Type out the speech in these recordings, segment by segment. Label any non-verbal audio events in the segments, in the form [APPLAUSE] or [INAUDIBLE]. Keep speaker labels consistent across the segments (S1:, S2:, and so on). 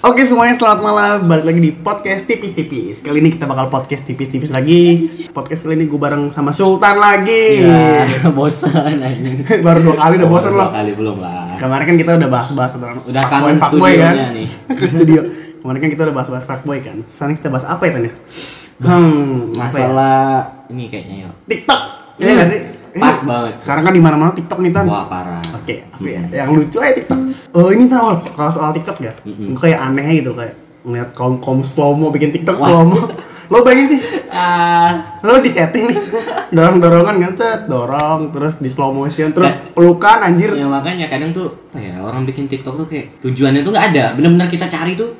S1: Oke semuanya selamat malam balik lagi di podcast tipis-tipis. Kali ini kita bakal podcast tipis-tipis lagi. Podcast kali ini gue bareng sama Sultan lagi.
S2: Iya, [LAUGHS] bosan anjing. Oh,
S1: Baru dua kali udah bosan
S2: Dua
S1: loh.
S2: Kali belum lah.
S1: Kemarin kan kita udah bahas-bahas tentang
S2: Udah
S1: fuckboy-
S2: kangen
S1: fuckboy kan.
S2: studionya nih.
S1: [LAUGHS] Ke studio. Kemarin kan kita udah bahas-bahas fuckboy kan. Sekarang kita bahas apa ya Tanya? Hmm, apa ya?
S2: Masalah ini kayaknya yuk.
S1: TikTok. Iya
S2: Hmm,
S1: nggak sih?
S2: pas banget.
S1: Sekarang kan di mana-mana TikTok nih Tan.
S2: Wah parah.
S1: Oke, apa
S2: Hmm.
S1: ya? Yang lucu aja TikTok. Oh ini tau kalau soal TikTok ya, gue kayak aneh gitu kayak ngeliat kaum kaum slowmo bikin TikTok slowmo. Lo bayangin sih,
S2: Ah,
S1: lo di setting nih, dorong dorongan kan, cet, dorong terus di slow motion, terus
S2: Nah.
S1: pelukan anjir.
S2: ya makanya kadang tuh apa ya orang bikin TikTok tuh kayak tujuannya tuh nggak ada. Benar-benar kita cari tuh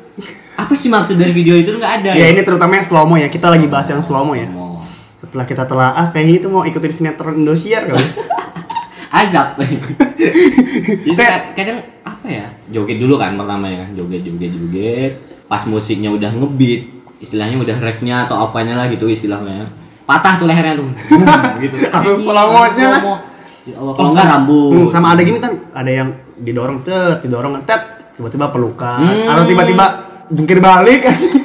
S2: apa sih maksud dari video itu tuh nggak ada.
S1: Ya ini terutama yang slowmo ya, kita lagi bahas yang slowmo ya.
S2: Mau.
S1: Setelah kita telah ah kayaknya itu mau ikutin sinetron Indosiar kali.
S2: Azab. [LAUGHS] Jadi
S1: Kayak-
S2: kad- kadang apa ya? Joget dulu kan pertama ya, joget joget joget. Pas musiknya udah ngebeat, istilahnya udah refnya atau apanya lah gitu istilahnya. Patah tuh
S1: [LAUGHS]
S2: lehernya tuh. Zoom, gitu.
S1: Langsung slow motion lah.
S2: Slow mo. Ya Allah, Kalau enggak rambut.
S1: Hmm, sama ada gini kan, ada yang didorong cet, didorong tet, tiba-tiba pelukan
S2: Hmm.
S1: atau tiba-tiba jungkir balik
S2: [LAUGHS]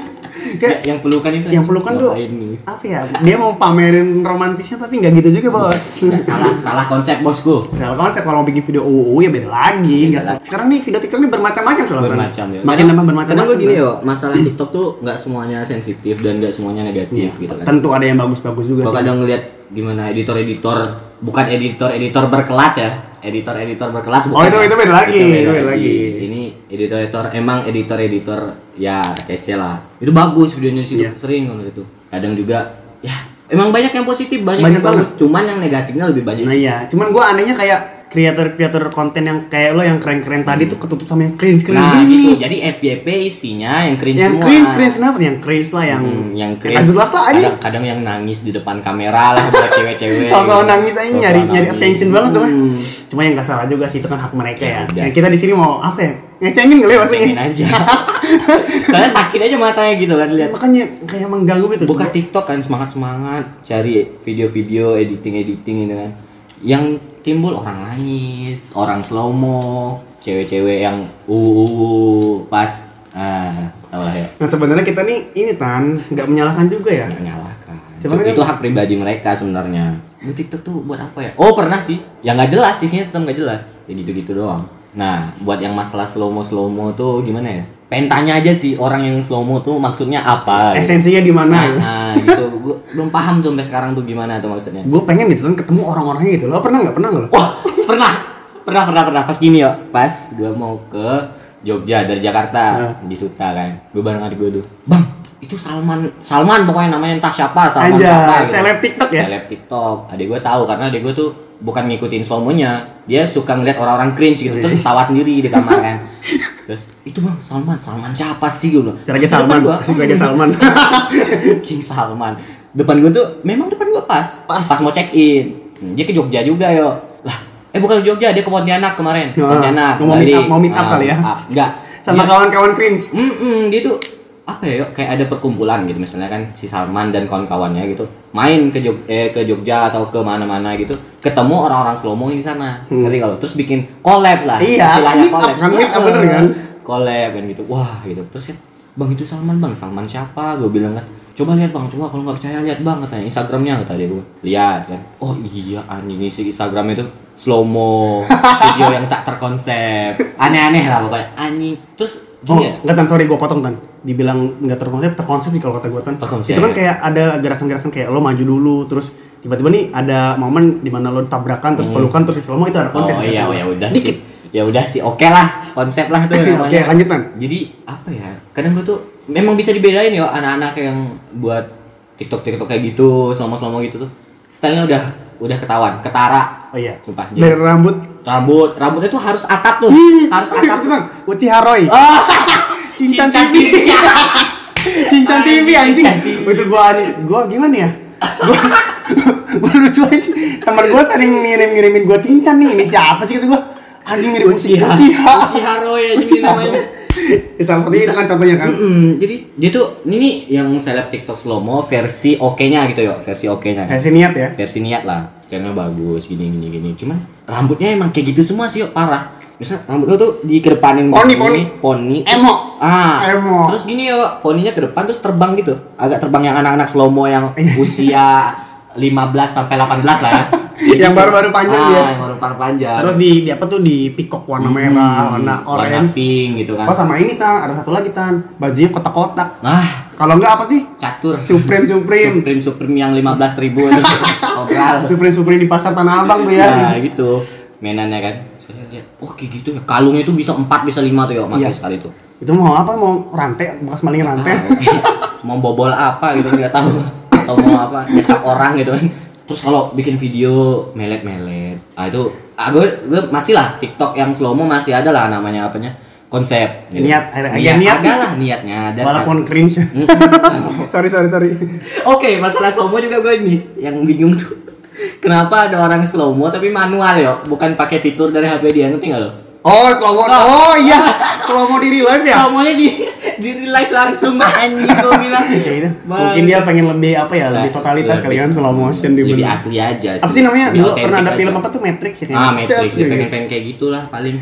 S2: Ya,
S1: kayak
S2: yang pelukan itu.
S1: yang pelukan tuh
S2: Ngapain nih?
S1: apa ya dia mau pamerin romantisnya tapi nggak gitu juga bos
S2: Salah salah konsep bosku.
S1: kalau konsep kalau mau bikin video UU ya beda lagi nggak sama. sekarang nih video TikTok ini bermacam-macam soalnya
S2: bermacam ya.
S1: makin nambah bermacam-macam kan?
S2: gue gini yo, masalah TikTok tuh nggak semuanya sensitif dan nggak semuanya
S1: Iya,
S2: negatif gitu kan.
S1: tentu ada yang bagus-bagus juga
S2: Gue
S1: sih
S2: kadang ngeliat gimana editor-editor bukan editor-editor berkelas ya, editor-editor berkelas.
S1: Oh,
S2: bukan
S1: itu-
S2: ya.
S1: itu beda lagi, itu beda lagi.
S2: Ini editor-editor emang editor-editor ya kece lah. Itu bagus videonya di situ
S1: Iya.
S2: sering kalau itu. Kadang juga ya emang banyak yang positif banyak,
S1: Banyak
S2: yang bagus. Cuman yang negatifnya lebih banyak.
S1: nah iya cuman gue anehnya kayak kreator-kreator konten yang kayak lo yang keren-keren tadi tuh ketutup sama yang cringe-cringe
S2: Hmm. Nah,
S1: gini
S2: gitu.
S1: nih
S2: Jadi FYP isinya yang cringe
S1: yang
S2: semua.
S1: cringe-cringe kenapa nih? yang cringe lah yang
S2: Hmm, yang cringe.
S1: Agak jelas lah aja
S2: Kadang, kadang yang nangis di depan kamera lah buat cewek-cewek.
S1: Soal-soal nangis aja
S2: Sosok
S1: nyari nyari
S2: nangis.
S1: attention banget tuh kan.
S2: Hmm.
S1: Cuma yang gak salah juga sih itu kan hak mereka ya.
S2: Ya,
S1: Yang
S2: udah.
S1: kita di sini mau apa ya? Ngecengin kali ya maksudnya.
S2: pengen aja soalnya sakit aja matanya gitu kan lihat
S1: Ya, Makanya kayak mengganggu gitu.
S2: buka TikTok kan semangat semangat cari video-video editing editing gitu kan yang timbul orang nangis orang slow mo cewek-cewek yang uh pas ah tahu lah ya
S1: Nah sebenarnya kita nih ini tan nggak menyalahkan juga ya.
S2: nggak menyalahkan
S1: Cuman kan-
S2: itu hak pribadi mereka sebenarnya Lu TikTok tuh buat apa ya oh pernah sih yang nggak jelas isinya tetap nggak jelas ya gitu gitu doang nah buat yang masalah slow mo slow mo tuh gimana ya pentanya aja sih orang yang slow mo tuh maksudnya apa gitu.
S1: Esensinya di mana?
S2: Nah, gitu. Gua belum paham tuh sampai sekarang tuh gimana tuh maksudnya.
S1: Gue pengen gitu kan ketemu orang-orangnya gitu. Lo pernah nggak pernah nggak lo?
S2: Wah, pernah. Pernah, pernah, pernah. Pas gini yo, pas gua mau ke Jogja dari
S1: Nah.
S2: Jakarta di Suta kan. Gua bareng adik gua tuh. Bang, itu Salman, Salman pokoknya namanya entah siapa, Salman
S1: Anjay,
S2: siapa. gitu.
S1: seleb TikTok ya?
S2: Seleb TikTok. Adik gua tahu karena adik gua tuh bukan ngikutin slow-mo-nya. Dia suka ngeliat orang-orang cringe gitu terus tawa sendiri di kamar
S1: [LAUGHS]
S2: kan. Terus itu bang Salman, Salman siapa sih gitu loh.
S1: Cara aja
S2: Terus depan
S1: Salman,
S2: gua, "Oh, iya,
S1: asik aja Salman. [LAUGHS]
S2: [LAUGHS] King Salman. Depan gue tuh memang depan gue pas.
S1: Pas.
S2: mau check in. Hmm, Dia ke Jogja juga yo. Lah, eh bukan ke Jogja, dia ke Pontianak kemarin. Ke
S1: Ah,
S2: Pontianak.
S1: mau meet
S2: Bali.
S1: up- mau meet up
S2: Ah,
S1: kali ya?
S2: ah, Enggak.
S1: Sama
S2: Dia-
S1: kawan-kawan cringe.
S2: Mm-mm, dia tuh apa ya Yok? kayak ada perkumpulan gitu misalnya kan si Salman dan kawan-kawannya gitu main ke Jog eh, ke Jogja atau ke mana-mana gitu ketemu orang-orang slow-mo di sana ngerti kalau terus bikin collab lah
S1: Hmm.
S2: Iya,
S1: Iya, meet up kan, meet up bener kan?
S2: collab kan gitu wah gitu terus ya bang itu Salman bang Salman siapa gue bilang kan coba lihat bang coba kalau nggak percaya lihat bang katanya Instagramnya kata dia gue lihat kan oh iya anjing ini si Instagram itu slow mo
S1: [LAUGHS]
S2: video yang tak terkonsep aneh-aneh lah pokoknya anjing terus
S1: Oh,
S2: gini ya,
S1: nggak tan, sorry gue potong tan. Dibilang nggak terkonsep, terkonsep sih kalau kata gue tan.
S2: Terkonsep. iya.
S1: Itu kan kayak ada gerakan-gerakan kayak lo maju dulu, terus tiba-tiba nih ada momen di mana lo tabrakan, terus pelukan, terus slow itu ada konsep.
S2: Hmm.
S1: gitu. kata
S2: Oh iya,
S1: gua.
S2: ya udah sih. Ya udah sih, oke lah, konsep lah tuh namanya.
S1: [LAUGHS] Oke, lanjutan.
S2: Jadi apa ya? Kadang gue tuh memang bisa dibedain ya anak-anak yang buat TikTok TikTok kayak gitu, selama-selama gitu tuh. Stylenya udah udah ketahuan, ketara.
S1: Oh iya.
S2: Sumpah. Jadi,
S1: Dari rambut.
S2: rambut, rambutnya tuh harus atap tuh, harus
S1: [LAUGHS]
S2: atap.
S1: Itu bang, Uchiha Roy. [LAUGHS] Cincan
S2: Cincan
S1: TV.
S2: TV.
S1: [LAUGHS] Cincan TV anjing.
S2: Cincan TV.
S1: Itu gua anjing. Gua gimana ya? Gua [LAUGHS] gua lucu aja sih. Temen gua sering ngirim-ngirimin gua cincan nih. Ini siapa sih gitu gua? Anjing mirip musik
S2: Uchiha.
S1: Uchiha.
S2: Uchiha Roy ya jadi namanya.
S1: Ya, Salah satunya itu kan contohnya kan.
S2: Mm-mm, jadi dia tuh ini yang seleb TikTok slow-mo versi oke-nya gitu ya, versi oke-nya.
S1: Kasih niat ya.
S2: versi niat lah karena bagus gini gini gini cuman rambutnya emang kayak gitu semua sih yuk parah Misal rambut lu tuh dikedepanin
S1: Poni,
S2: begini, poni, terus-
S1: Emo.
S2: ah,
S1: Emo.
S2: terus gini ya, poninya ke depan terus terbang gitu, agak terbang yang anak-anak slow mo yang
S1: Iya.
S2: usia 15 sampai 18 lah ya,
S1: [LAUGHS]
S2: Jadi-
S1: Yang baru-baru panjang
S2: ah,
S1: ya.
S2: yang baru-baru panjang, Hmm,
S1: Terus di, di apa tuh di peacock warna merah, Hmm. warna orange.
S2: pink gitu kan,
S1: Apa sama ini tan? Ada satu lagi tan, bajunya kotak-kotak.
S2: nah
S1: Kalau enggak apa sih?
S2: catur,
S1: Supreme Supreme.
S2: supreme supreme yang 15
S1: [LAUGHS]
S2: ribu itu, obral,
S1: Supreme Supreme di pasar Tanah Abang tuh
S2: ya
S1: ya.
S2: gitu, mainannya kan, Terus dia, oh kayak gitu ya, kalungnya tuh bisa 4 bisa 5 tuh ya, mati
S1: Iya.
S2: sekali tuh.
S1: Itu mau apa? Mau rantai, bekas maling
S2: Ah,
S1: rantai.
S2: [LAUGHS] mau bobol apa gitu nggak tahu atau mau apa nyetak orang gitu kan terus kalau bikin video melet melet ah itu ah gue, gue masih lah TikTok yang slow mo masih ada lah namanya apanya konsep gitu.
S1: Niat, ada- ada
S2: niat,
S1: niat. gitu.
S2: ada lah niatnya ada
S1: Walaupun cringe.
S2: Iya
S1: [LAUGHS] sorry sorry sorry.
S2: oke masalah slow mo juga gue ini yang bingung tuh [LAUGHS] kenapa ada orang slow mo tapi manual ya bukan pakai fitur dari HP dia ngerti nggak lo
S1: Oh, slow mo-
S2: Nah.
S1: Oh iya, slow mo di live ya.
S2: slow mo nya di di live langsung main [LAUGHS] gitu bilang
S1: Ya itu. Mungkin dia pengen lebih apa ya, lebih totalitas kali kan slow motion di
S2: Nah, lebih asli aja
S1: Apa sih namanya?
S2: Lebih
S1: Dulu pernah ada
S2: autentik
S1: film
S2: aja.
S1: apa tuh Matrix ya kayaknya?
S2: ah Matrix
S1: Set,
S2: dia
S1: gitu.
S2: pengen pengen kayak gitulah paling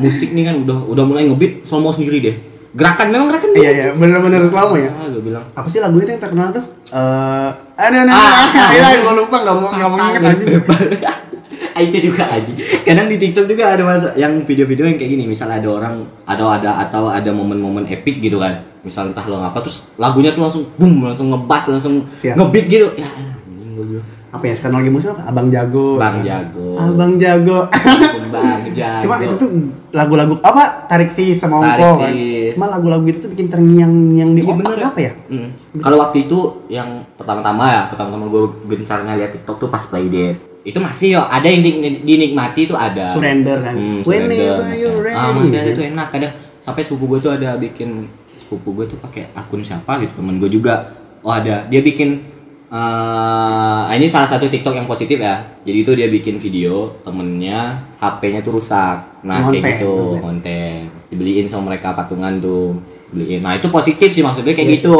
S2: musik nih kan udah udah mulai ngebeat slow mo sendiri deh gerakan memang gerakan dia
S1: Iya iya, bener-bener slow mo ya.
S2: ah gue bilang
S1: Apa sih lagunya tuh yang terkenal tuh? Eh, ada ada
S2: Ah.
S1: ada. gua lupa enggak mau enggak mau ingat aja.
S2: [LAUGHS] Ah, itu juga aja kadang di TikTok juga ada masa yang video-video yang kayak gini misalnya ada orang atau ada atau ada momen-momen epic gitu kan misal entah lo ngapa terus lagunya tuh langsung boom langsung ngebas langsung
S1: Iya.
S2: ngebeat gitu ya anjing gue bilang.
S1: Apa ya sekarang lagi musim apa? Abang Jago.
S2: Bang Jago
S1: Abang Jago. [LAUGHS]
S2: Bang Jago
S1: Cuma itu tuh lagu-lagu apa? Tarik sis sama
S2: Nah, Tarik
S1: Ongko. kan.
S2: Sis.
S1: Cuma lagu-lagu itu tuh bikin terngiang-ngiang di
S2: Iya,
S1: otak
S2: bener.
S1: apa ya?
S2: Mm. Kalau waktu itu yang pertama-tama ya, pertama-tama gue gencarnya lihat TikTok tuh pas play date. Itu masih yo, ada yang di- dinikmati tuh ada.
S1: Surrender kan.
S2: Hmm, surrender
S1: Whenever
S2: masih
S1: you
S2: ada.
S1: ready. gitu.
S2: Ah, masih ada tuh enak kadang sampai sepupu gue tuh ada bikin sepupu gue tuh pakai akun siapa gitu temen gue juga oh ada dia bikin eh ini salah satu TikTok yang positif ya jadi itu dia bikin video temennya HP-nya tuh rusak nah
S1: Konten,
S2: kayak
S1: konten.
S2: gitu konten dibeliin sama mereka patungan tuh beliin nah itu positif sih maksud gue kayak
S1: Iya sih.
S2: gitu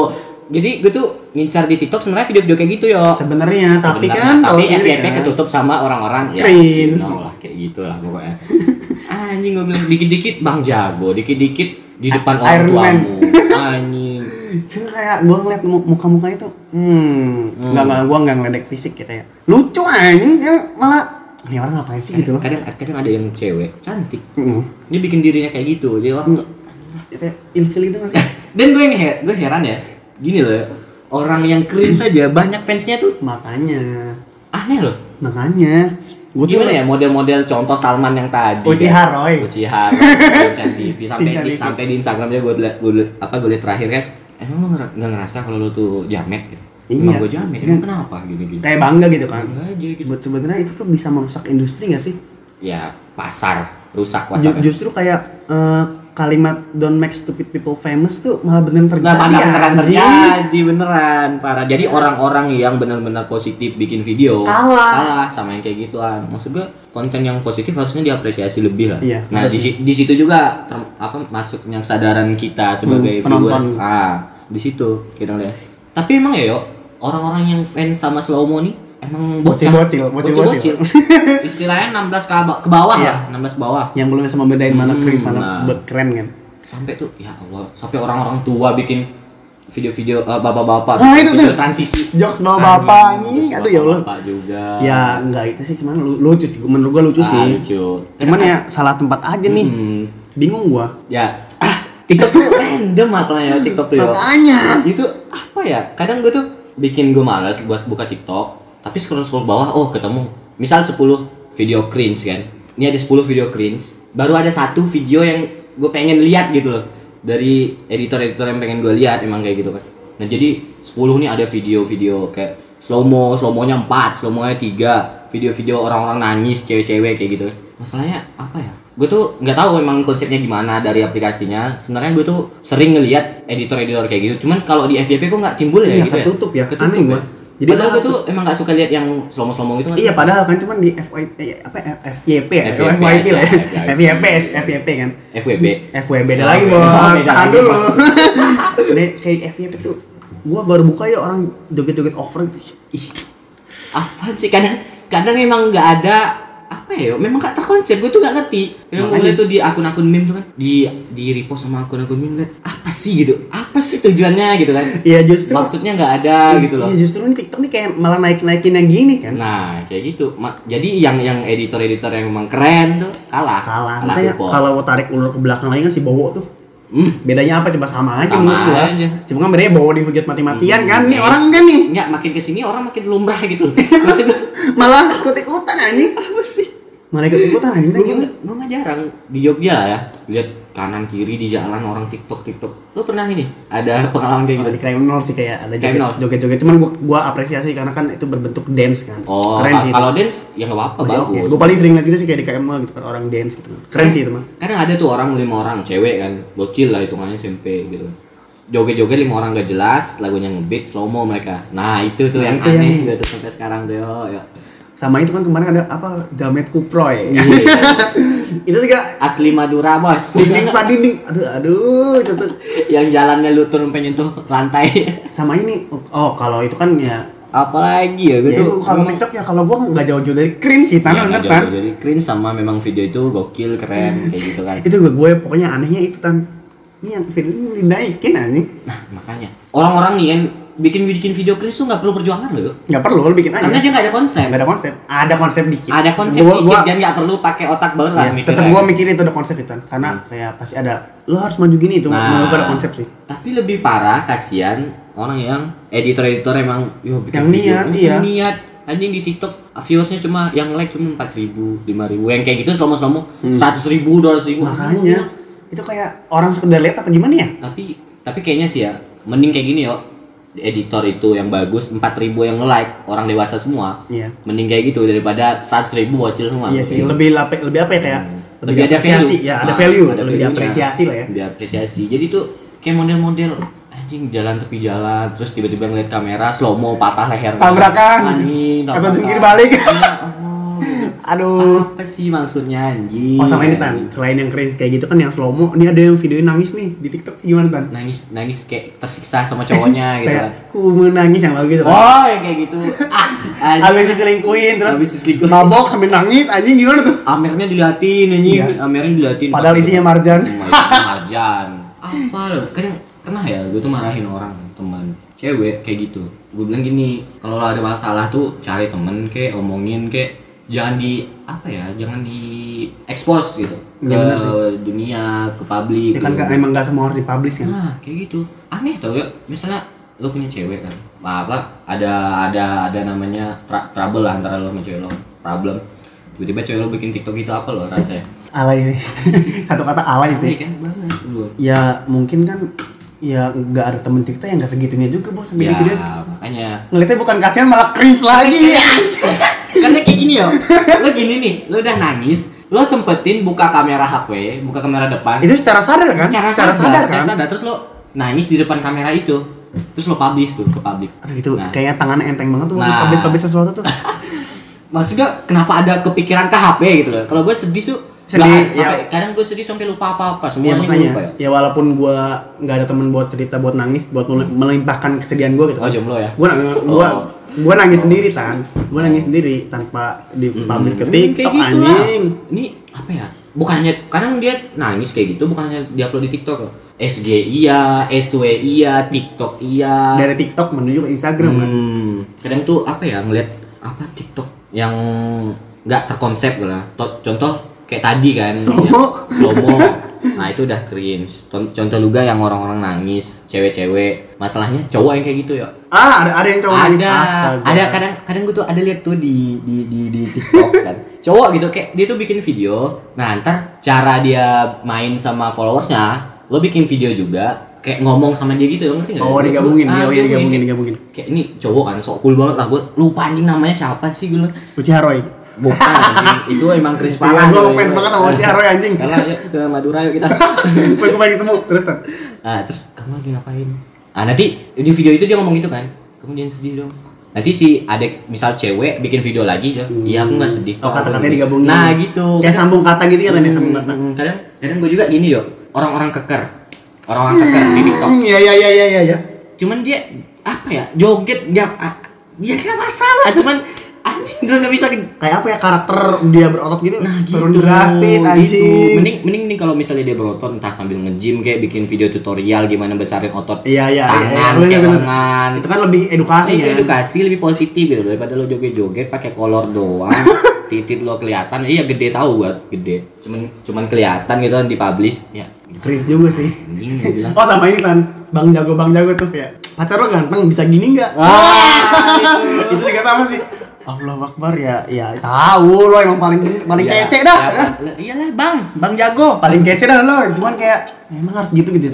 S2: jadi gue tuh ngincar di TikTok sebenarnya video-video kayak gitu yo
S1: Sebenarnya tapi
S2: Sebenarnya,
S1: kan tahu
S2: tapi
S1: sendiri
S2: FYP
S1: kan.
S2: ketutup sama orang-orang ya
S1: Cringe.
S2: you know lah kayak gitu lah
S1: [LAUGHS]
S2: pokoknya anjing gue bilang dikit-dikit bang jago dikit-dikit di depan
S1: Iron
S2: orang
S1: Man.
S2: tuamu
S1: [LAUGHS]
S2: anjing
S1: Itu kayak gue ngeliat mu- muka-muka itu, hmm, nggak nggak gue nggak ngeledek fisik ya kayak lucu anjing, dia malah ini orang ngapain sih gitu loh.
S2: kadang kadang ada yang cewek cantik
S1: Mm.
S2: dia bikin dirinya kayak gitu dia waktu
S1: Dia Kayak ilfil itu nggak sih?
S2: dan gue ini he- gue heran ya gini loh orang yang keren saja banyak fansnya tuh
S1: makanya,
S2: aneh loh
S1: makanya, gue tuh
S2: Gimana ya model-model contoh Salman yang tadi
S1: Uci
S2: kan?
S1: Haroy.
S2: Uci Haroy,
S1: [LAUGHS]
S2: Cincan TV sampai
S1: Cincan
S2: di,
S1: TV.
S2: sampai di Instagram dia gue liat- gue liat- apa gue liat terakhir kan emang lo nger- nggak ngerasa kalau lo tuh jamet gitu
S1: Iya.
S2: emang gue jamet emang kenapa gini gini
S1: kayak bangga gitu kan.
S2: Enggak aja gitu
S1: Buat sebenarnya itu tuh bisa merusak industri nggak sih?
S2: ya pasar
S1: Ju-
S2: rusak pasar
S1: justru kayak eh, kalimat don't make stupid people famous tuh malah beneran terjadi.
S2: Nah, pada beneran
S1: anjing.
S2: terjadi beneran parah. Jadi orang-orang yang benar-benar positif bikin video
S1: Kalah.
S2: sama yang kayak gituan. Maksud gue konten yang positif harusnya diapresiasi lebih lah.
S1: Iya,
S2: nah, di, si- di situ juga ter- apa masuknya kesadaran kita sebagai
S1: Hmm, penonton.
S2: viewers. Ah, di situ kita lihat. Tapi emang ya, Yo, orang-orang yang fans sama slow mo nih emang bocah
S1: Bocil-bocil, bocil-bocil. [LAUGHS]
S2: bocil-bocil. Istilahnya 16 ke, aba- ke bawah
S1: Iya.
S2: lah, 16 bawah
S1: Yang belum bisa membedain mana
S2: Hmm,
S1: cringe mana
S2: nah.
S1: be- keren kan.
S2: sampai tuh ya Allah sampai orang-orang tua bikin video-video eh, bapak-bapak
S1: Ah, itu
S2: bikin video
S1: tuh.
S2: transisi
S1: Jokes bapak-bapak,
S2: Anjing,
S1: anjing. Aduh, ya Allah.
S2: bapak juga
S1: Ya enggak itu sih cuman lu- lucu sih menurut gua lucu
S2: Ah,
S1: sih.
S2: lucu
S1: Cuman ya salah tempat aja nih.
S2: Hmm,
S1: Bingung gua.
S2: ya ah TikTok tuh [LAUGHS] random masalahnya TikTok tuh ya
S1: Makanya.
S2: itu apa ya kadang gue tuh bikin gue malas buat buka TikTok tapi scroll scroll bawah oh ketemu misal 10 video cringe kan ini ada 10 video cringe baru ada satu video yang gue pengen lihat gitu loh dari editor editor yang pengen gue lihat emang kayak gitu kan nah jadi 10 nih ada video-video kayak slow mo slow mo nya 4 slow mo nya 3 video-video orang-orang nangis cewek-cewek kayak gitu masalahnya apa ya gue tuh nggak tahu emang konsepnya gimana dari aplikasinya sebenarnya gue tuh sering ngelihat editor-editor kayak gitu cuman kalau di FYP kok nggak timbul ya
S1: Iya,
S2: gitu
S1: ketutup ya.
S2: ketutup
S1: Aneh gua.
S2: ya.
S1: Jadi
S2: padahal gue
S1: aku-
S2: tuh emang nggak suka lihat yang slow mo slow mo gitu nggak
S1: Iya padahal kan cuman di FYP eh, apa eh, FYP ya?
S2: FYP
S1: FYP lah. ya.
S2: aja,
S1: FYP
S2: FYP.
S1: FYP kan.
S2: FWB
S1: FYP beda
S2: Nah,
S1: lagi
S2: beda-
S1: bos.
S2: beda
S1: Tahan
S2: lagi,
S1: dulu.
S2: Bos.
S1: Nih kayak FYP tuh gua baru buka ya orang joget-joget over itu. Ih,
S2: apa sih kadang kadang emang nggak ada apa ya ya memang gak terkonsep gue tuh gak ngerti yang gue
S1: Makanya.
S2: liat tuh di akun-akun meme tuh kan di di repost sama akun-akun meme kan apa sih gitu apa sih tujuannya gitu
S1: [LAUGHS]
S2: kan
S1: Iya justru
S2: maksudnya nggak ada gitu loh
S1: Iya justru ini TikTok nih kayak malah naik-naikin yang gini kan.
S2: nah kayak gitu Ma- jadi yang yang editor-editor yang memang keren tuh kalah
S1: Kalah. Makanya
S2: support.
S1: kalau mau tarik ulur ke belakang lagi kan si Bowo tuh.
S2: Hmm.
S1: Bedanya apa coba sama aja
S2: Sama
S1: menurut gua.
S2: aja.
S1: Cuma kan bedanya Bowo dihujat mati-matian
S2: Hmm.
S1: kan nih orang kan nih.
S2: Nggak, makin kesini orang makin lumrah
S1: [LAUGHS]
S2: gitu maksud gue
S1: Malah ikut-ikutan anjing.
S2: apa sih
S1: Malah ikut-ikutan anjing. Kan
S2: gue
S1: gimana?
S2: nggak gue nggak jarang di Jogja lah ya lihat kanan kiri di jalan orang tiktok tiktok lo pernah ini ada pengalaman kayak
S1: Kalau di
S2: gitu
S1: criminal sih kayak ada
S2: Criminal.
S1: joget- joget-joget. Cuman gua gua apresiasi karena kan itu berbentuk dance kan.
S2: oh
S1: Keren sih.
S2: ka-
S1: itu.
S2: kalau dance ya nggak apa-apa
S1: Masih oke.
S2: bagus
S1: Gua paling sering liat gitu sih kayak di KML gitu kan orang dance gitu kan. Keren sih itu mah.
S2: kadang ada tuh orang lima orang cewek kan bocil lah hitungannya SMP gitu joget-joget lima orang gak jelas lagunya ngebeat slow mo mereka nah itu tuh
S1: Nah,
S2: yang
S1: itu
S2: aneh
S1: yang-
S2: gue tuh sampai sekarang tuh yo, yo.
S1: Sama itu kan kemarin ada apa Damet Kuproy.
S2: Iya.
S1: [LAUGHS] itu juga
S2: asli Madura bos
S1: dinding pak dinding. Aduh aduh itu tuh.
S2: [LAUGHS] yang jalannya luntur sampai nyentuh lantai [LAUGHS]
S1: Sama ini oh kalau itu kan ya
S2: apalagi ya
S1: ya
S2: gue
S1: itu
S2: tuh
S1: kalau kan?
S2: memang-
S1: TikTok ya kalau gua nggak jauh-jauh dari cringe sih tan
S2: Iya,
S1: bener
S2: nggak
S1: tan.
S2: jauh. Jadi cringe sama memang video itu gokil, keren
S1: [LAUGHS]
S2: kayak gitu kan.
S1: Itu gue, gue pokoknya anehnya itu tan. Ini yang film ini dinaikin anjing.
S2: Nah, makanya orang-orang nih kan bikin bikin video cringe tuh nggak perlu perjuangan loh.
S1: Nggak perlu lu bikin
S2: Karena
S1: aja.
S2: dia nggak ada konsep.
S1: Nggak ada konsep. Ada konsep dikit.
S2: Ada konsep
S1: Gua-
S2: dikit
S1: gua-
S2: dan nggak perlu pakai otak banget lah gitu.
S1: Ya,
S2: mikirnya. Hmm.
S1: tetap gua mikirin itu ada konsep itu kan karena kayak pasti ada lo harus maju gini itu
S2: Nah.
S1: menurut gua ada konsep sih
S2: Tapi lebih parah kasihan orang yang editor-editor emang yo bikin
S1: Yang
S2: video,
S1: niat,
S2: yang
S1: iya.
S2: niat. Anjing di TikTok viewersnya cuma yang like cuma 4000, 5000. Yang kayak gitu slomo-slomo 100.000,
S1: Hmm.
S2: 200.000.
S1: makanya itu kayak orang sekedar lihat apa gimana ya
S2: tapi tapi kayaknya sih ya mending kayak gini yo editor itu yang bagus 4000 yang like orang dewasa semua
S1: iya
S2: mending kayak gitu daripada 100.000 ribu bocil semua gitu.
S1: iya sih lebih lape, lebih apa ya kayak
S2: Hmm. Lebih ada
S1: apresiasi
S2: value.
S1: ya ada
S2: Ah,
S1: value
S2: ada
S1: lebih
S2: value-nya.
S1: apresiasi lah ya
S2: Lebih apresiasi jadi tuh kayak model-model anjing jalan tepi jalan terus tiba-tiba ngeliat kamera slow mo patah leher
S1: Tabrakan.
S2: anjing
S1: Atau
S2: tabrakan.
S1: jungkir balik.
S2: Ya Allah.
S1: aduh
S2: apa sih maksudnya anjing
S1: oh sama ini tan selain yang cringe kayak gitu kan yang slow mo ini ada yang videonya nangis nih di tiktok gimana tan
S2: nangis nangis kayak tersiksa
S1: [LAUGHS]
S2: sama cowoknya gitu kan
S1: kayak ku menangis yang lagu gitu kan
S2: oh yang kayak gitu ah anjing.
S1: habis diselingkuhin terus
S2: Habis diselingkuhin.
S1: mabok sambil nangis anjing gimana tuh
S2: Amernya diliatin anjing,
S1: Iya.
S2: Amernya diliatin.
S1: Padahal isinya marjan.
S2: Hmm, Marjan. Apa lu? Kadang pernah ya gue tuh marahin orang teman cewek kayak gitu. Gue bilang gini, kalau lo ada masalah tuh cari temen kek, omongin kek, jangan di apa ya, jangan di expose gitu ke
S1: Iya, bener sih.
S2: dunia, ke publik.
S1: ya kan
S2: gitu.
S1: nggak- emang gak semua harus dipublish kan
S2: Nah, kayak gitu. Aneh tau ya. Misalnya lo punya cewek kan. Apa ada ada ada namanya tra- trouble lah antara lo sama cewek lo. Problem. Tiba-tiba cewek lo bikin TikTok gitu apa lo rasanya?
S1: alay sih [LAUGHS] satu kata alay sih
S2: Aneh kan banget lu.
S1: ya mungkin kan ya nggak ada temen cerita yang nggak segitunya juga bos sampai
S2: Ya,
S1: gede
S2: makanya
S1: ngeliatnya bukan kasihan malah kris lagi [LAUGHS]
S2: karena kayak gini ya. Lo gini nih, lo udah nangis, lo sempetin buka kamera HP, buka kamera depan.
S1: itu secara sadar kan
S2: secara
S1: secara sadar,
S2: secara
S1: kan
S2: sadar. terus lo nangis di depan kamera itu. Terus lo publish tuh ke publik.
S1: Aduh, gitu
S2: Nah.
S1: kayaknya tangannya enteng banget tuh
S2: Nah.
S1: publish publish sesuatu
S2: [LAUGHS]
S1: tuh
S2: maksudnya kenapa ada kepikiran ke HP gitu loh kalau gue sedih tuh
S1: Sedih,
S2: nggak- sampai, kadang gue sedih sampai lupa apa
S1: ya
S2: apa semuanya gue
S1: makanya
S2: lupa ya
S1: ya walaupun gua nggak ada temen buat cerita buat nangis buat mele- melimpahkan kesedihan gua gitu
S2: oh jomblo ya
S1: gua nang- gua gua nangis sendiri tan gua nangis sendiri tanpa di publish ke
S2: Hmm,
S1: TikTok
S2: kayak gitu lah.
S1: anjing
S2: ini apa ya bukannya kadang dia nangis kayak gitu bukannya dia upload di TikTok loh. SG iya SW iya TikTok iya
S1: dari TikTok menuju ke Instagram kan
S2: hmm, kadang tuh apa ya ngeliat apa TikTok yang nggak terkonsep gitu lah To- contoh kayak tadi kan
S1: Slow-mo. [LAUGHS]
S2: Slow-mo. nah itu udah cringe Con- contoh juga yang orang-orang nangis cewek-cewek masalahnya cowok yang kayak gitu ya
S1: ah ada ada yang cowok nangis
S2: ada
S1: astaga.
S2: ada kan? kadang kadang gue tuh ada lihat tuh di di di di TikTok kan cowok gitu kayak dia tuh bikin video nah ntar cara dia main sama followersnya lo bikin video juga kayak ngomong sama dia gitu lo ngerti nggak
S1: Oh,
S2: Lo- lo-
S1: digabungin, iya,
S2: ah,
S1: iya, digabungin,
S2: kayak-
S1: digabungin.
S2: kayak ini cowok kan sok cool banget lah gue lupa anjing namanya siapa sih gue
S1: Uci Haroy. [LAUGHS]
S2: bukan anjing. itu emang cringe
S1: Parah
S2: parah
S1: Iya, gua
S2: coy.
S1: ngefans banget sama Uci Haroy anjing.
S2: Yalah, yuk ke Madura yuk
S1: [LAUGHS]
S2: kita
S1: Gue kemarin ketemu terus Tan.
S2: Nah, terus kamu lagi ngapain? Ah, nanti di video itu dia ngomong gitu kan. Kamu jangan sedih dong. Nanti si adek misal cewek bikin video lagi dia, iya aku nggak sedih.
S1: Oh,
S2: Pak."
S1: kata-katanya digabungin.
S2: Nah gitu.
S1: Kayak
S2: Kadang-
S1: sambung kata gitu ya tadi sambung kata.
S2: Mm, kadang kadang gue juga gini yo, orang-orang keker, orang-orang keker di TikTok.
S1: Hmm, Iya iya iya iya iya. Ya.
S2: Cuman dia apa ya joget dia ah, dia nggak masalah. Cuman ah
S1: anjing gue gak bisa kayak apa ya karakter dia berotot gitu
S2: Nah gitu,
S1: turun drastis
S2: gitu.
S1: anjing
S2: Mending mending nih kalau misalnya dia berotot entah sambil nge-gym kayak bikin video tutorial gimana besarin otot
S1: iya iya iya,
S2: tangan,
S1: iya, bener,
S2: kayak
S1: bener.
S2: lengan.
S1: itu kan lebih edukasi
S2: Ini
S1: ya
S2: edukasi lebih positif gitu daripada lo joget-joget pakai kolor
S1: [LAUGHS]
S2: doang. titit lo kelihatan. Iya gede tahu gua, gede. Cuman cuman kelihatan gitu kan dipublish. Ya.
S1: Chris juga sih
S2: Anjing gua bilang.
S1: oh sama ini tan bang jago bang jago tuh ya pacar lo ganteng bisa gini nggak
S2: Ah,
S1: [LAUGHS] itu juga sama sih Allah Akbar ya ya tahu lo emang paling paling
S2: Iya,
S1: kece dah
S2: iya, Iyalah, Bang. Bang jago.
S1: paling kece dah lo cuman kayak emang harus gitu gitu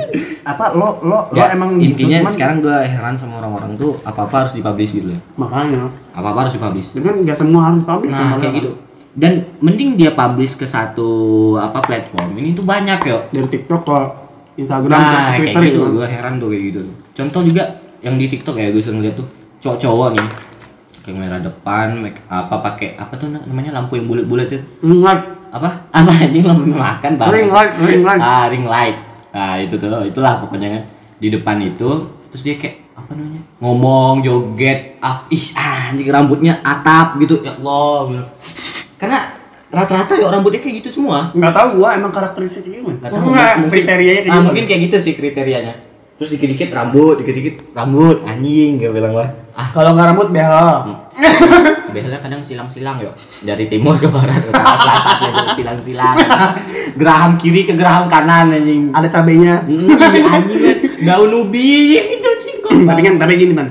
S1: apa lo lo lo
S2: Ya,
S1: emang gitu
S2: intinya
S1: cuman
S2: sekarang gua heran sama orang-orang tuh apa-apa harus dipublish gitu ya.
S1: makanya
S2: Apa-apa harus dipublish.
S1: dengan nggak semua harus publish
S2: Nah,
S1: kan,
S2: kayak
S1: kan?
S2: gitu. Dan mending dia publish ke satu apa platform. Ini tuh banyak ya.
S1: dari TikTok ke Instagram
S2: Nah,
S1: ke
S2: kayak
S1: Twitter
S2: gitu.
S1: itu kan.
S2: Gue heran tuh kayak gitu. Contoh juga yang di TikTok ya gue sering lihat tuh cowok-cowok nih kamera depan make apa pakai apa tuh namanya lampu yang bulat-bulat itu
S1: ring light
S2: apa [LAUGHS] apa anjing lampu makan banget
S1: ring light ring light
S2: ah ring light nah itu tuh itulah pokoknya kan di depan itu terus dia kayak apa namanya ngomong joget ah ih anjing rambutnya atap gitu ya Allah gua bilang. [LAUGHS] karena rata-rata ya rambutnya kayak gitu semua
S1: nggak tahu gua emang karakteristik gimana
S2: Nggak tahu,
S1: nggak
S2: mungkin-
S1: kriterianya kayak
S2: ah,
S1: gimana
S2: mungkin kayak gitu sih kriterianya terus dikit-dikit rambut dikit-dikit rambut anjing gak bilang lah ah
S1: kalau nggak rambut behel
S2: biasanya kadang silang-silang yuk dari timur ke barat ke sana selatan gitu, silang-silang [LAUGHS] geraham kiri ke geraham kanan anjing
S1: ada cabenya
S2: Hmm, anjing daun ubi daun singkong
S1: tapi kan tapi gini kan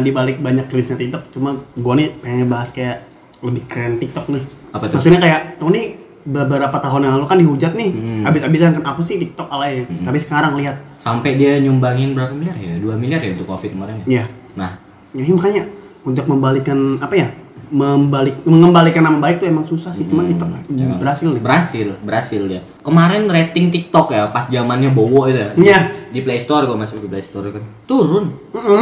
S1: di balik banyak kritisnya TikTok cuma gua nih pengen ngebahas kayak lebih keren TikTok nih
S2: Apa tuh?
S1: maksudnya kayak tuh nih beberapa tahun yang lalu kan dihujat nih
S2: Hmm.
S1: habis-habisan kan apa sih TikTok alay tapi sekarang lihat
S2: sampai dia nyumbangin berapa miliar ya 2 miliar ya untuk covid kemarin ya
S1: ya
S2: nah
S1: ya ini makanya untuk membalikan apa ya membalik mengembalikan nama baik tuh emang susah sih cuman TikTok
S2: Hmm. emang.
S1: berhasil nih
S2: berhasil berhasil ya kemarin rating TikTok ya pas zamannya Bowo itu ya
S1: Iya.
S2: di Play Store gue masuk di Play Store kan turun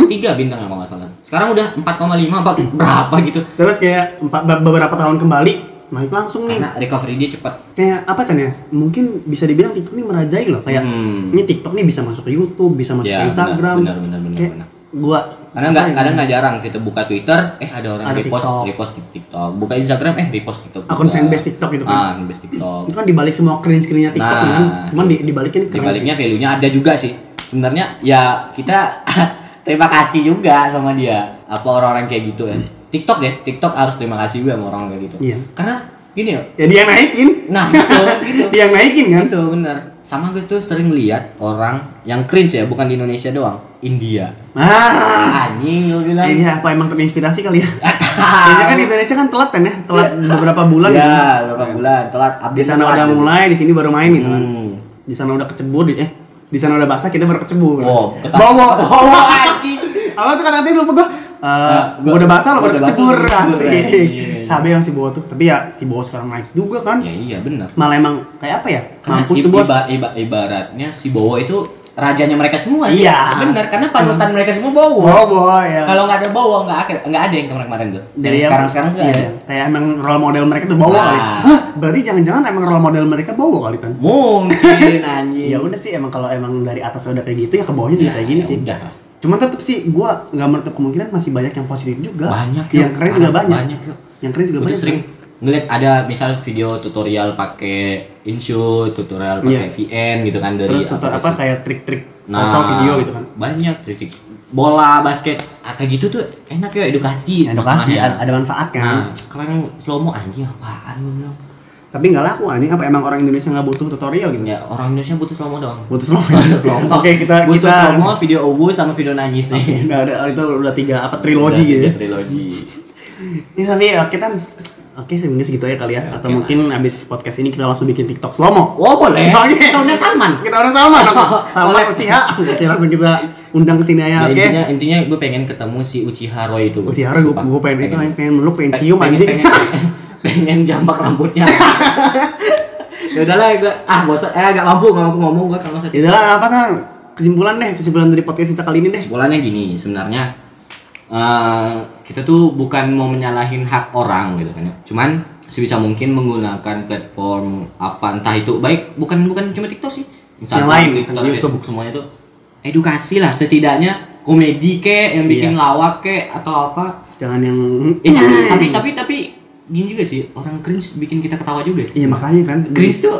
S2: tiga bintang ya kalau nggak salah sekarang udah 4,5 apa berapa gitu
S1: terus kayak empat- be- beberapa tahun kembali naik langsung nih
S2: karena recovery dia cepat
S1: kayak apa kan ya mungkin bisa dibilang TikTok ini merajai loh kayak
S2: Hmm.
S1: ini TikTok nih bisa masuk ke YouTube bisa masuk
S2: Ya,
S1: ke Instagram
S2: benar, benar, benar,
S1: kayak
S2: benar.
S1: gua
S2: karena nggak kadang nggak jarang kita buka Twitter eh ada orang
S1: Ada
S2: repost
S1: TikTok.
S2: repost di TikTok buka Instagram eh repost TikTok
S1: akun
S2: juga.
S1: fanbase TikTok gitu kan
S2: ah fanbase TikTok
S1: itu kan dibalik semua cringe cringe nya TikTok
S2: Nah.
S1: kan cuman di, dibalikin keren
S2: dibaliknya value nya ada juga sih sebenarnya ya kita [LAUGHS] terima kasih juga sama dia apa orang-orang kayak gitu ya TikTok ya TikTok harus terima kasih juga sama orang kayak gitu
S1: Iya.
S2: karena gini ya
S1: sih. ya dia yang naikin
S2: nah gitu, gitu.
S1: dia yang naikin kan
S2: [LAUGHS] Itu bener sama gue tuh sering lihat orang yang cringe ya bukan di Indonesia doang India
S1: ah
S2: anjing gue bilang
S1: iya apa emang terinspirasi
S2: [LAUGHS]
S1: kali ya
S2: Ah,
S1: biasanya kan di Indonesia kan telat kan ya
S2: [LAUGHS]
S1: telat beberapa bulan
S2: ya
S1: gitu.
S2: berapa bulan telat
S1: di
S2: update
S1: sana
S2: telat
S1: udah
S2: gitu.
S1: mulai di sini baru main gitu kan
S2: Hmm.
S1: di sana udah kecebur di eh di sana udah basah kita baru kecebur
S2: Wow, Oh, ketat-
S1: bowo
S2: [LAUGHS]
S1: [LAUGHS]
S2: Bowo, anjing.
S1: apa tuh kata-katanya lupa gua Eh,
S2: Eh,
S1: gua udah basah lo
S2: gua
S1: baru
S2: udah basah,
S1: kecebur
S2: baru kecebur,
S1: asik
S2: ya. Iya, iya.
S1: cabe yang [LAUGHS] si bowo tuh tapi ya si bowo sekarang naik juga kan
S2: Ya iya benar.
S1: malah emang kayak apa ya
S2: Karena
S1: mampus
S2: i-
S1: tuh bos
S2: iba- iba- ibaratnya si Bowo itu rajanya mereka semua sih.
S1: Iya.
S2: Benar, karena panutan mereka semua Bowo.
S1: bowo bowo ya
S2: Kalau nggak ada Bowo nggak ada nggak ada yang kemarin-kemarin tuh. Dari
S1: yang-
S2: sekarang sekarang nggak
S1: iya,
S2: ada.
S1: kayak emang role model mereka tuh bowo
S2: Nah.
S1: kali Hah, berarti jangan-jangan emang role model mereka bowo kali kan
S2: Mungkin
S1: [LAUGHS]
S2: anjing.
S1: ya udah sih emang kalau emang dari atas udah kayak gitu ya ke bawahnya juga
S2: Ya,
S1: kayak gini
S2: Iya. ya
S1: sih
S2: Udah lah.
S1: Cuman tetap sih gua nggak menutup kemungkinan masih banyak yang positif juga.
S2: Banyak yuk.
S1: Yang Iya. keren juga
S2: Banyak,
S1: banyak.
S2: banyak yuk.
S1: Yang keren juga
S2: Gue tuh
S1: banyak.
S2: sering ngeliat ada misal video tutorial pakai InShot, tutorial
S1: Iya.
S2: pakai VN gitu kan dari
S1: Terus tetap apa
S2: aplikasi.
S1: kayak trik-trik foto video gitu kan.
S2: Nah, Banyak kritik. Bola, basket, ah, kayak gitu tuh enak ya edukasi.
S1: Edukasi
S2: Makanya.
S1: ada, ada manfaat kan.
S2: Nah, kalian slow mo anjing apaan lu bilang?
S1: Tapi nggak laku anjing apa emang orang Indonesia nggak butuh tutorial gitu.
S2: Ya orang Indonesia butuh slow mo doang.
S1: Butuh slow.
S2: [LAUGHS] Slow mo.
S1: Oke, kita
S2: butuh
S1: kita
S2: slow mo, video owu sama video nangis nih.
S1: Udah ada itu udah tiga apa trilogi gitu ya.
S2: Trilogi.
S1: Ya, tapi ya, kita Oke, sebenarnya segitu aja kali ya. Atau
S2: Iya, oke nah.
S1: mungkin abis podcast ini kita langsung bikin TikTok slomo.
S2: Wah boleh. ya?
S1: Oke.
S2: Kita undang Salman.
S1: Kita orang sama,
S2: [LAUGHS]
S1: sama
S2: Boleh.
S1: Uchiha. Oke, langsung kita undang ke sini aja,
S2: Ya,
S1: oke?
S2: Intinya intinya gue pengen ketemu si Uchiha Roy itu.
S1: Oh sih harus gue gue pengen itu pengen meluk pengen cium
S2: Pengen-
S1: anjing.
S2: Pengen,
S1: [LAUGHS]
S2: [LAUGHS] pengen jambak rambutnya. ya udahlah gue ah bosan eh agak mampu nggak mampu ngomong gue kalau
S1: Ya udah lah, apa kan kesimpulan deh kesimpulan dari podcast kita kali ini deh.
S2: kesimpulannya gini sebenarnya eh, kita tuh bukan mau menyalahin hak orang gitu kan ya cuman sebisa mungkin menggunakan platform apa entah itu baik bukan bukan cuma TikTok sih
S1: lain,
S2: TikTok,
S1: YouTube.
S2: Facebook semuanya
S1: Iya.
S2: tuh edukasi lah setidaknya komedi kek yang bikin lawak kek atau apa
S1: jangan yang hmm,
S2: Eh, tapi, tapi tapi tapi gini juga sih orang cringe bikin kita ketawa juga sih.
S1: iya makanya kan
S2: Cringe tuh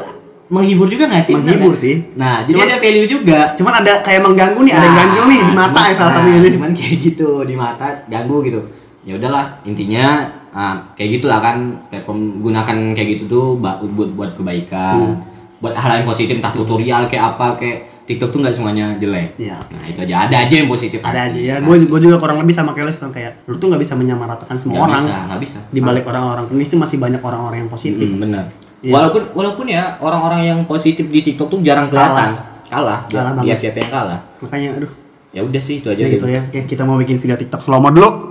S2: menghibur juga nggak sih?
S1: Menghibur
S2: Bener nggak?
S1: sih.
S2: Nah, jadi
S1: Cuman-
S2: ada value juga.
S1: cuman ada kayak mengganggu nih ada yang ganjil nih di mata ya salah satunya nih
S2: ini Nah, Cuman kayak gitu di mata ganggu gitu. Ya udahlah intinya ah, kayak gitulah kan platform gunakan kayak gitu tuh ba- buat buat kebaikan,
S1: Hmm.
S2: buat hal yang positif, entah tutorial kayak apa kayak TikTok tuh nggak semuanya jelek.
S1: Iya.
S2: Nah itu aja ada aja yang positif.
S1: ada aja
S2: pasti. Nah,
S1: ya gue gue juga kurang lebih sama kayak lo tentang kayak lu tuh nggak bisa menyamaratakan
S2: Nggak
S1: semua orang
S2: bisa, nggak bisa.
S1: di balik orang-orang ini sih masih banyak orang-orang yang positif
S2: Mm, benar.
S1: Iya.
S2: Walaupun walaupun ya orang-orang yang positif di TikTok tuh jarang kelihatan.
S1: Kalah
S2: Kalah. Dia-
S1: banget.
S2: Dia siapa yang kalah.
S1: makanya aduh
S2: Ya udah sih itu aja.
S1: ya
S2: gitu.
S1: gitu ya Oke, kita mau bikin video TikTok selama dulu